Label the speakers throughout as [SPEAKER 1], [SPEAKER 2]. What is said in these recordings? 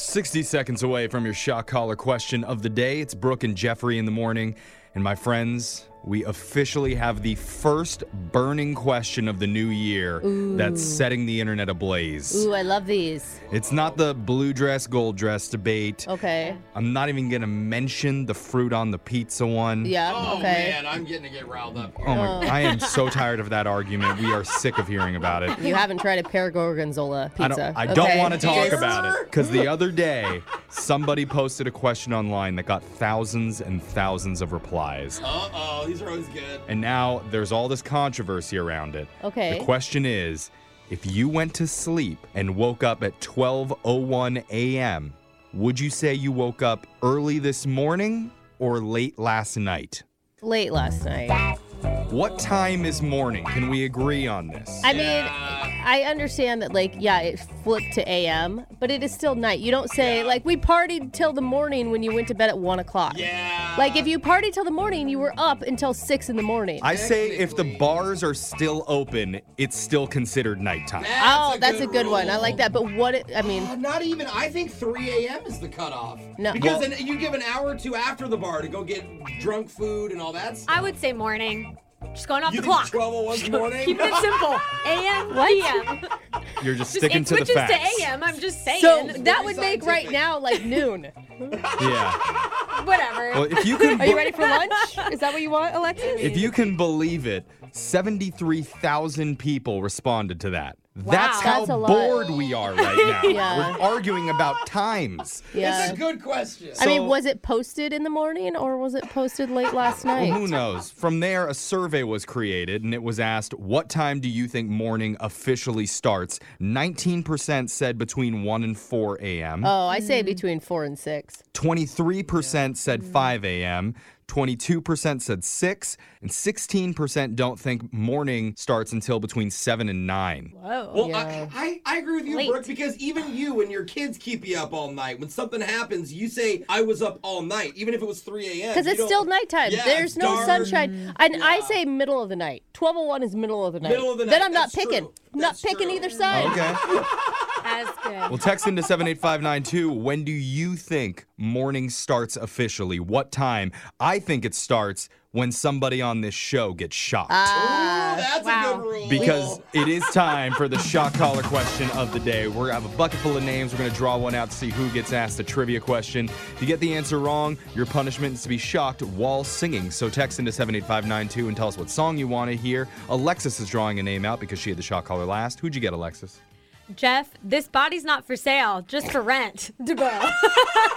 [SPEAKER 1] 60 seconds away from your shock collar question of the day. It's Brooke and Jeffrey in the morning. And my friends, we officially have the first burning question of the new year that's setting the internet ablaze.
[SPEAKER 2] Ooh, I love these.
[SPEAKER 1] It's not the blue dress, gold dress debate.
[SPEAKER 2] Okay.
[SPEAKER 1] I'm not even going to mention the fruit on the pizza one.
[SPEAKER 2] Yeah.
[SPEAKER 3] Oh
[SPEAKER 2] okay.
[SPEAKER 3] man, I'm getting to get riled up.
[SPEAKER 1] Oh my, I am so tired of that argument. We are sick of hearing about it.
[SPEAKER 2] You haven't tried a pear gorgonzola pizza.
[SPEAKER 1] I don't, I don't
[SPEAKER 2] Okay.
[SPEAKER 1] want to talk
[SPEAKER 2] Just-
[SPEAKER 1] about it because the other day somebody posted a question online that got thousands and thousands of replies.
[SPEAKER 3] Uh oh, these are always good.
[SPEAKER 1] And now there's all this controversy around it.
[SPEAKER 2] Okay.
[SPEAKER 1] The question is if you went to sleep and woke up at 12:01 a.m., would you say you woke up early this morning or late last night?
[SPEAKER 2] Late last night.
[SPEAKER 1] What time is morning? Can we agree on this?
[SPEAKER 2] I mean, I understand that, like, yeah, it flipped to AM, but it is still night. You don't say, like, we partied till the morning when you went to bed at 1 o'clock.
[SPEAKER 3] Yeah.
[SPEAKER 2] Like, if you partied till the morning, you were up until 6 in the morning.
[SPEAKER 1] I say if the bars are still open, it's still considered nighttime.
[SPEAKER 2] oh, that's a good one. I
[SPEAKER 3] rule.
[SPEAKER 2] like that. But what, it, I mean,
[SPEAKER 3] Uh, Not even. I think 3 a.m. is the cutoff.
[SPEAKER 2] No.
[SPEAKER 3] Because
[SPEAKER 2] Well-
[SPEAKER 3] then you give an hour or two after the bar to go get drunk food and all that. Stuff.
[SPEAKER 4] I would say morning. Just going off
[SPEAKER 3] you
[SPEAKER 4] the
[SPEAKER 3] think
[SPEAKER 4] clock.
[SPEAKER 3] 12:01 's morning.
[SPEAKER 4] Keeping it simple. AM, PM.
[SPEAKER 1] You're just
[SPEAKER 4] Just
[SPEAKER 1] sticking
[SPEAKER 4] it
[SPEAKER 1] to the
[SPEAKER 4] switches
[SPEAKER 1] facts.
[SPEAKER 4] to AM. I'm just saying.
[SPEAKER 2] so that
[SPEAKER 3] very
[SPEAKER 2] would make
[SPEAKER 3] scientific.
[SPEAKER 2] right now like noon.
[SPEAKER 1] Yeah.
[SPEAKER 4] Whatever.
[SPEAKER 1] Well, if you can
[SPEAKER 2] Are you ready for lunch? Is that what you want, Alexis?
[SPEAKER 1] If you can believe it, 73,000 people responded to that. That's
[SPEAKER 4] Wow.
[SPEAKER 1] how
[SPEAKER 2] That's a lot.
[SPEAKER 1] bored we are right now.
[SPEAKER 2] Yeah.
[SPEAKER 1] We're arguing about times.
[SPEAKER 3] It's
[SPEAKER 2] yeah.
[SPEAKER 3] a good question.
[SPEAKER 2] I mean,
[SPEAKER 1] So-
[SPEAKER 2] was it posted in the morning or was it posted late last
[SPEAKER 1] Well, who
[SPEAKER 2] night?
[SPEAKER 1] knows? From there, a survey was created and it was asked, What time do you think morning officially starts? 19% said between 1 and 4 a.m.,
[SPEAKER 2] Oh, I
[SPEAKER 3] Hmm.
[SPEAKER 2] say between four and six.
[SPEAKER 1] 23% said 5 a.m., 22% said 6, and 16% don't think morning starts until between 7 and 9.
[SPEAKER 4] Whoa.
[SPEAKER 3] Well,
[SPEAKER 2] Yeah.
[SPEAKER 3] I, I, I agree with you,
[SPEAKER 4] Late.
[SPEAKER 3] Brooke, because even you, when your kids keep you up all night, when something happens, you say, I was up all night, even if it was 3 a.m.
[SPEAKER 2] Because
[SPEAKER 3] You
[SPEAKER 2] it's
[SPEAKER 3] don't-
[SPEAKER 2] still nighttime.
[SPEAKER 3] Yeah,
[SPEAKER 2] There's
[SPEAKER 3] it's
[SPEAKER 2] no
[SPEAKER 3] dark.
[SPEAKER 2] sunshine. And I say middle of the night. 1201 is middle of the night.
[SPEAKER 3] Middle of the
[SPEAKER 2] Then
[SPEAKER 3] night,
[SPEAKER 2] I'm not
[SPEAKER 3] that's
[SPEAKER 2] picking.
[SPEAKER 3] true.
[SPEAKER 2] I'm Not
[SPEAKER 3] That's
[SPEAKER 2] picking
[SPEAKER 3] true.
[SPEAKER 2] either side.
[SPEAKER 1] Okay.
[SPEAKER 4] That's good.
[SPEAKER 1] Well, text into 78592. When do you think morning starts officially? What time? I think it starts when somebody on this show gets shocked.
[SPEAKER 3] Ooh, that's
[SPEAKER 4] Wow.
[SPEAKER 3] a good rule.
[SPEAKER 1] because it is time for the shock collar question of the day. We're gonna have a bucket full of names. We're gonna draw one out to see who gets asked a trivia question. If you get the answer wrong, your punishment is to be shocked while singing. So text into 78592 and tell us what song you want to hear. Alexis is drawing a name out because she had the shock collar last. Who'd you get, Alexis?
[SPEAKER 4] Jeff, this body's not for sale, just for rent. Duh.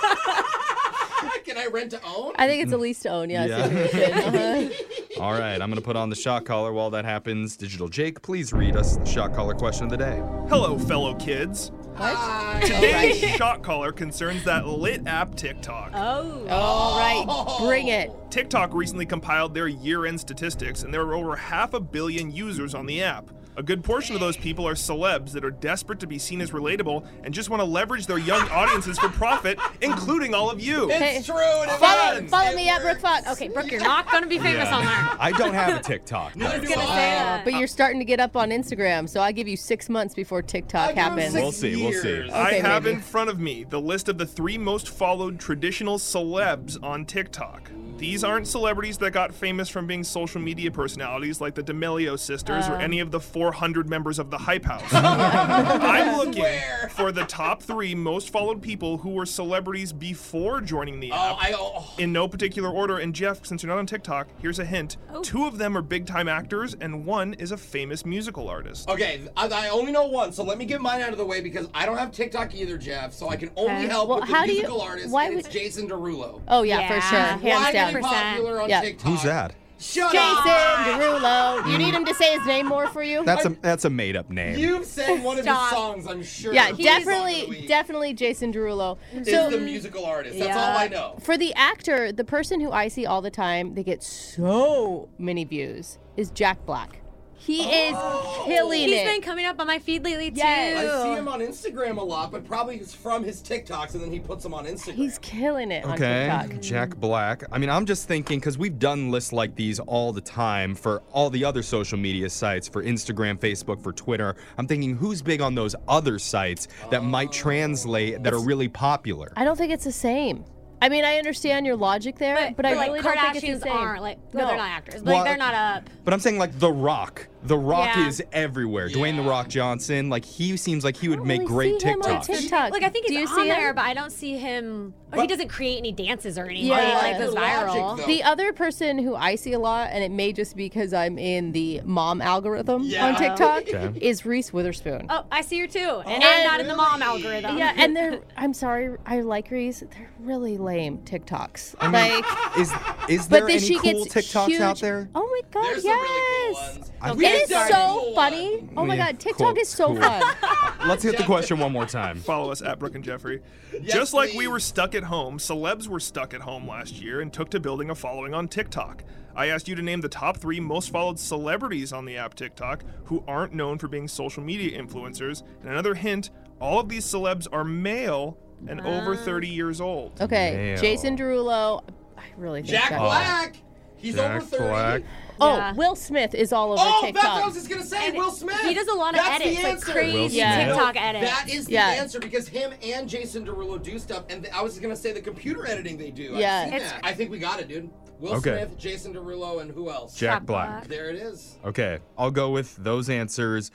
[SPEAKER 3] Ah, Can I rent to own?
[SPEAKER 2] I think it's at least to own. Yeah.
[SPEAKER 1] Yeah.
[SPEAKER 2] so- uh-huh.
[SPEAKER 1] All right, I'm going to put on the shock collar while that happens. Digital Jake, please read us the shock collar question of the day.
[SPEAKER 5] Hello, fellow kids.
[SPEAKER 3] Hi.
[SPEAKER 5] Today's shot caller concerns that lit app TikTok.
[SPEAKER 4] Oh.
[SPEAKER 2] All right. Bring it.
[SPEAKER 5] TikTok recently compiled their year end statistics, and there were over half a billion users on the app. A good portion of those people are celebs that are desperate to be seen as relatable and just want to leverage their young audiences for profit, including all of you.
[SPEAKER 2] Hey,
[SPEAKER 3] It's true. and it
[SPEAKER 2] Follow,
[SPEAKER 3] works.
[SPEAKER 2] follow
[SPEAKER 3] It
[SPEAKER 2] me at Brooke
[SPEAKER 3] works.
[SPEAKER 2] Fox.
[SPEAKER 4] Okay, Brooke, you're not going to be famous
[SPEAKER 1] Yeah.
[SPEAKER 4] on there.
[SPEAKER 1] I don't have a TikTok.
[SPEAKER 3] Neither do
[SPEAKER 4] gonna
[SPEAKER 3] I.
[SPEAKER 4] say that.
[SPEAKER 2] Uh, but you're starting to get up on Instagram, so I give you six months before TikTok
[SPEAKER 3] I give him
[SPEAKER 2] happens.
[SPEAKER 3] six
[SPEAKER 1] We'll see, we'll see.
[SPEAKER 3] years.
[SPEAKER 5] I
[SPEAKER 2] Okay,
[SPEAKER 5] have
[SPEAKER 2] maybe.
[SPEAKER 5] in front of me the list of the three most followed traditional celebs on TikTok. These aren't celebrities that got famous from being social media personalities like the D'Amelio sisters
[SPEAKER 3] Um.
[SPEAKER 5] or any of the 400 members of the Hype House. I'm looking
[SPEAKER 3] Swear.
[SPEAKER 5] for the top three most followed people who were celebrities before joining the
[SPEAKER 3] Oh,
[SPEAKER 5] app.
[SPEAKER 3] I, oh,
[SPEAKER 5] in no particular order, and Jeff, since you're not on TikTok, here's a hint.
[SPEAKER 3] Oh.
[SPEAKER 5] Two of them are big time actors, and one is a famous musical artist.
[SPEAKER 3] okay, I, I only know one, so let me get mine out of the way because I don't have TikTok either, Jeff. So I can only
[SPEAKER 4] Okay.
[SPEAKER 3] help
[SPEAKER 2] Well,
[SPEAKER 3] with
[SPEAKER 2] how
[SPEAKER 3] the
[SPEAKER 2] do you-
[SPEAKER 3] musical artist.
[SPEAKER 2] why
[SPEAKER 3] and it's
[SPEAKER 2] would-
[SPEAKER 3] Jason Derulo.
[SPEAKER 2] Oh yeah, for
[SPEAKER 4] Yeah.
[SPEAKER 2] sure, hands
[SPEAKER 3] Why
[SPEAKER 2] down.
[SPEAKER 3] is he
[SPEAKER 4] 100%.
[SPEAKER 3] popular on
[SPEAKER 2] Yeah.
[SPEAKER 3] TikTok?
[SPEAKER 1] Who's that?
[SPEAKER 3] Shut
[SPEAKER 2] Jason
[SPEAKER 3] up!
[SPEAKER 2] Derulo. You need him to say his name more for you.
[SPEAKER 1] Oh, Mm. That's a that's a made up name.
[SPEAKER 3] You've sang one of his
[SPEAKER 4] Stop.
[SPEAKER 3] songs, I'm sure.
[SPEAKER 2] yeah,
[SPEAKER 3] Song of the
[SPEAKER 2] definitely,
[SPEAKER 3] Week.
[SPEAKER 2] definitely Jason Derulo.
[SPEAKER 3] Is
[SPEAKER 2] So
[SPEAKER 3] the musical artist. That's
[SPEAKER 4] Yeah.
[SPEAKER 3] all I know.
[SPEAKER 2] for the actor, the person who I see all the time, they get so many views is Jack Black. He is killing
[SPEAKER 4] Oh. He's
[SPEAKER 2] it.
[SPEAKER 4] been coming up on my feed lately too.
[SPEAKER 2] Yes.
[SPEAKER 3] I see him on Instagram a lot, but probably it's from his TikToks and then he puts them on Instagram.
[SPEAKER 2] He's killing it on
[SPEAKER 1] Okay,
[SPEAKER 2] TikTok.
[SPEAKER 1] Jack Black. I mean, I'm just thinking because we've done lists like these all the time for all the other social media sites, for Instagram, Facebook, for Twitter. I'm thinking who's big on those other sites that might translate that are really popular.
[SPEAKER 2] I don't think it's the same. I mean, I understand your logic there, but,
[SPEAKER 4] But,
[SPEAKER 2] I
[SPEAKER 4] but, like
[SPEAKER 2] really don't think it's the
[SPEAKER 4] Kardashians
[SPEAKER 2] same.
[SPEAKER 4] aren't like well,
[SPEAKER 2] No.
[SPEAKER 4] they're not actors, but
[SPEAKER 1] Well,
[SPEAKER 4] like, they're not up.
[SPEAKER 1] But I'm saying like The Rock. The Rock
[SPEAKER 4] Yeah.
[SPEAKER 1] is everywhere. Dwayne The Rock Johnson, like he seems like he would
[SPEAKER 2] don't
[SPEAKER 1] make
[SPEAKER 2] really
[SPEAKER 1] great
[SPEAKER 2] see him on
[SPEAKER 1] TikToks.
[SPEAKER 2] TikTok. Tuck,
[SPEAKER 4] Like I think
[SPEAKER 2] do
[SPEAKER 4] he's
[SPEAKER 2] you
[SPEAKER 4] on
[SPEAKER 2] see him?
[SPEAKER 4] there, but I don't see him. Or he doesn't create any dances or anything
[SPEAKER 2] Yeah.
[SPEAKER 4] like those
[SPEAKER 3] The logic,
[SPEAKER 4] viral.
[SPEAKER 3] though.
[SPEAKER 2] The other person who I see a lot, and it may just be because I'm in the mom algorithm
[SPEAKER 3] Yeah.
[SPEAKER 2] on TikTok,
[SPEAKER 1] Okay.
[SPEAKER 2] is Reese Witherspoon.
[SPEAKER 4] Oh, I see her too, and I'm not in the mom algorithm.
[SPEAKER 2] Yeah, and they're, I'm sorry, I like Reese. They're really lame TikToks. like,
[SPEAKER 1] Is is there
[SPEAKER 2] but then
[SPEAKER 1] any
[SPEAKER 2] she
[SPEAKER 1] cool
[SPEAKER 2] gets
[SPEAKER 1] TikToks
[SPEAKER 2] huge.
[SPEAKER 1] out there?
[SPEAKER 2] Oh my god,
[SPEAKER 3] There's some
[SPEAKER 2] yes.
[SPEAKER 3] really cool ones.
[SPEAKER 1] I
[SPEAKER 2] It is
[SPEAKER 3] Sorry,
[SPEAKER 2] so
[SPEAKER 3] cool
[SPEAKER 2] funny. Oh my
[SPEAKER 1] Yeah,
[SPEAKER 2] god, TikTok
[SPEAKER 1] cool,
[SPEAKER 2] is so
[SPEAKER 1] cool.
[SPEAKER 2] fun.
[SPEAKER 1] Let's hit the question one more time.
[SPEAKER 5] Follow us at Brooke and Jeffrey. Just like we
[SPEAKER 3] please.
[SPEAKER 5] were stuck at home, celebs were stuck at home last year and took to building a following on TikTok. I asked you to name the top three most followed celebrities on the app TikTok who aren't known for being social media influencers. And another hint all of these celebs are male and over 30 years old.
[SPEAKER 2] Okay,
[SPEAKER 1] Damn.
[SPEAKER 2] Jason Derulo. I really think
[SPEAKER 3] Jack
[SPEAKER 2] that-
[SPEAKER 3] Black. He's
[SPEAKER 1] Jack
[SPEAKER 3] over 30.
[SPEAKER 1] Black.
[SPEAKER 2] Oh,
[SPEAKER 4] Yeah.
[SPEAKER 2] Will Smith is all over
[SPEAKER 3] Oh,
[SPEAKER 2] TikTok.
[SPEAKER 3] that's what I was just going to say.
[SPEAKER 4] And
[SPEAKER 3] Will Smith.
[SPEAKER 4] He does a lot of
[SPEAKER 3] That's the
[SPEAKER 4] edits, like
[SPEAKER 3] answer.
[SPEAKER 1] Will
[SPEAKER 4] crazy
[SPEAKER 2] Smith.
[SPEAKER 4] TikTok edits.
[SPEAKER 3] That is the
[SPEAKER 2] Yeah.
[SPEAKER 3] answer because him and Jason Derulo do stuff, and I was just gonna say the computer editing they do. I've
[SPEAKER 2] Yeah.
[SPEAKER 3] seen
[SPEAKER 4] It's-
[SPEAKER 3] that. I think we got it, dude. Will
[SPEAKER 1] Okay.
[SPEAKER 3] Smith, Jason Derulo, and who else?
[SPEAKER 1] Jack
[SPEAKER 4] Jack
[SPEAKER 1] Black.
[SPEAKER 4] Black.
[SPEAKER 3] There it is.
[SPEAKER 1] Okay, I'll go with those answers.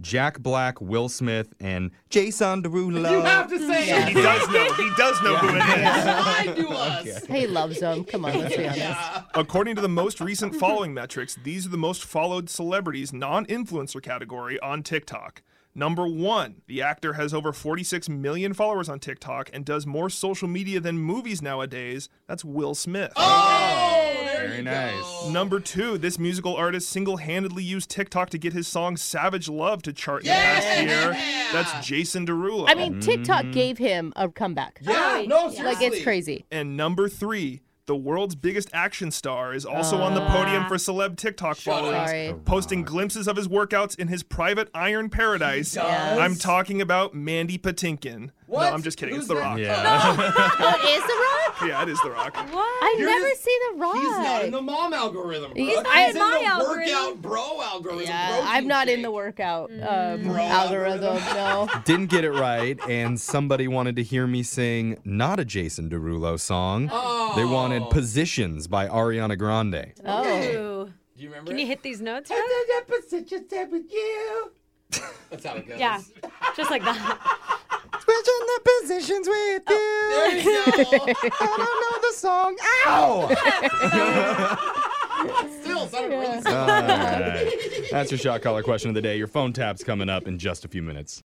[SPEAKER 1] Jack Black, Will Smith, and Jason Derulo.
[SPEAKER 3] You have to say
[SPEAKER 5] He
[SPEAKER 3] it.
[SPEAKER 5] does know. He does know who it is.
[SPEAKER 3] Lied to us.
[SPEAKER 2] He loves them. Come on, let's be honest.
[SPEAKER 5] According to the most recent following metrics, these are the most followed celebrities non influencer category on TikTok. Number one, the actor has over 46 million followers on TikTok and does more social media than movies nowadays. That's Will Smith.
[SPEAKER 3] Oh,
[SPEAKER 1] Very nice.
[SPEAKER 5] Number two, this musical artist single handedly used TikTok to get his song Savage Love to chart in the past year. That's Jason Derulo.
[SPEAKER 2] I mean, TikTok gave him a comeback.
[SPEAKER 3] Yeah, no, seriously.
[SPEAKER 2] Like it's crazy.
[SPEAKER 5] And number three, the world's biggest action star is also on the podium for celeb TikTok followings,
[SPEAKER 2] Sorry.
[SPEAKER 5] posting glimpses of his workouts in his private iron paradise. I'm talking about Mandy Patinkin.
[SPEAKER 3] What?
[SPEAKER 5] No, I'm just kidding.
[SPEAKER 3] Who's
[SPEAKER 5] it's The
[SPEAKER 3] that?
[SPEAKER 5] Rock.
[SPEAKER 1] Yeah.
[SPEAKER 2] Oh, it is The Rock?
[SPEAKER 5] Yeah, it is The Rock.
[SPEAKER 4] what?
[SPEAKER 2] I
[SPEAKER 3] You're
[SPEAKER 2] never
[SPEAKER 3] just-
[SPEAKER 2] see The Rock.
[SPEAKER 3] He's not in the mom algorithm. Bro.
[SPEAKER 2] He's
[SPEAKER 3] He's,
[SPEAKER 2] not in
[SPEAKER 3] in
[SPEAKER 4] my
[SPEAKER 3] the
[SPEAKER 4] algorithm.
[SPEAKER 3] workout bro algorithm.
[SPEAKER 2] yeah,
[SPEAKER 3] protein
[SPEAKER 2] I'm not in the
[SPEAKER 3] shake.
[SPEAKER 2] workout um,
[SPEAKER 3] Bro,
[SPEAKER 2] algorithm. No.
[SPEAKER 1] Didn't get it right, and somebody wanted to hear me sing not a Jason Derulo song.
[SPEAKER 3] Oh.
[SPEAKER 1] They wanted Positions by Ariana Grande.
[SPEAKER 2] Oh.
[SPEAKER 3] Do
[SPEAKER 4] Ooh.
[SPEAKER 3] you remember?
[SPEAKER 4] Can
[SPEAKER 3] it?
[SPEAKER 4] you hit these notes?
[SPEAKER 3] I
[SPEAKER 4] Rob?
[SPEAKER 3] did that for such a time with you. That's how it goes.
[SPEAKER 4] Yeah, just like that.
[SPEAKER 1] Switching the positions with you.
[SPEAKER 3] There you go.
[SPEAKER 1] I don't know the song. Ow!
[SPEAKER 3] Still sounded really
[SPEAKER 1] All right. That's your shot caller question of the day. Your phone tap's coming up in just a few minutes.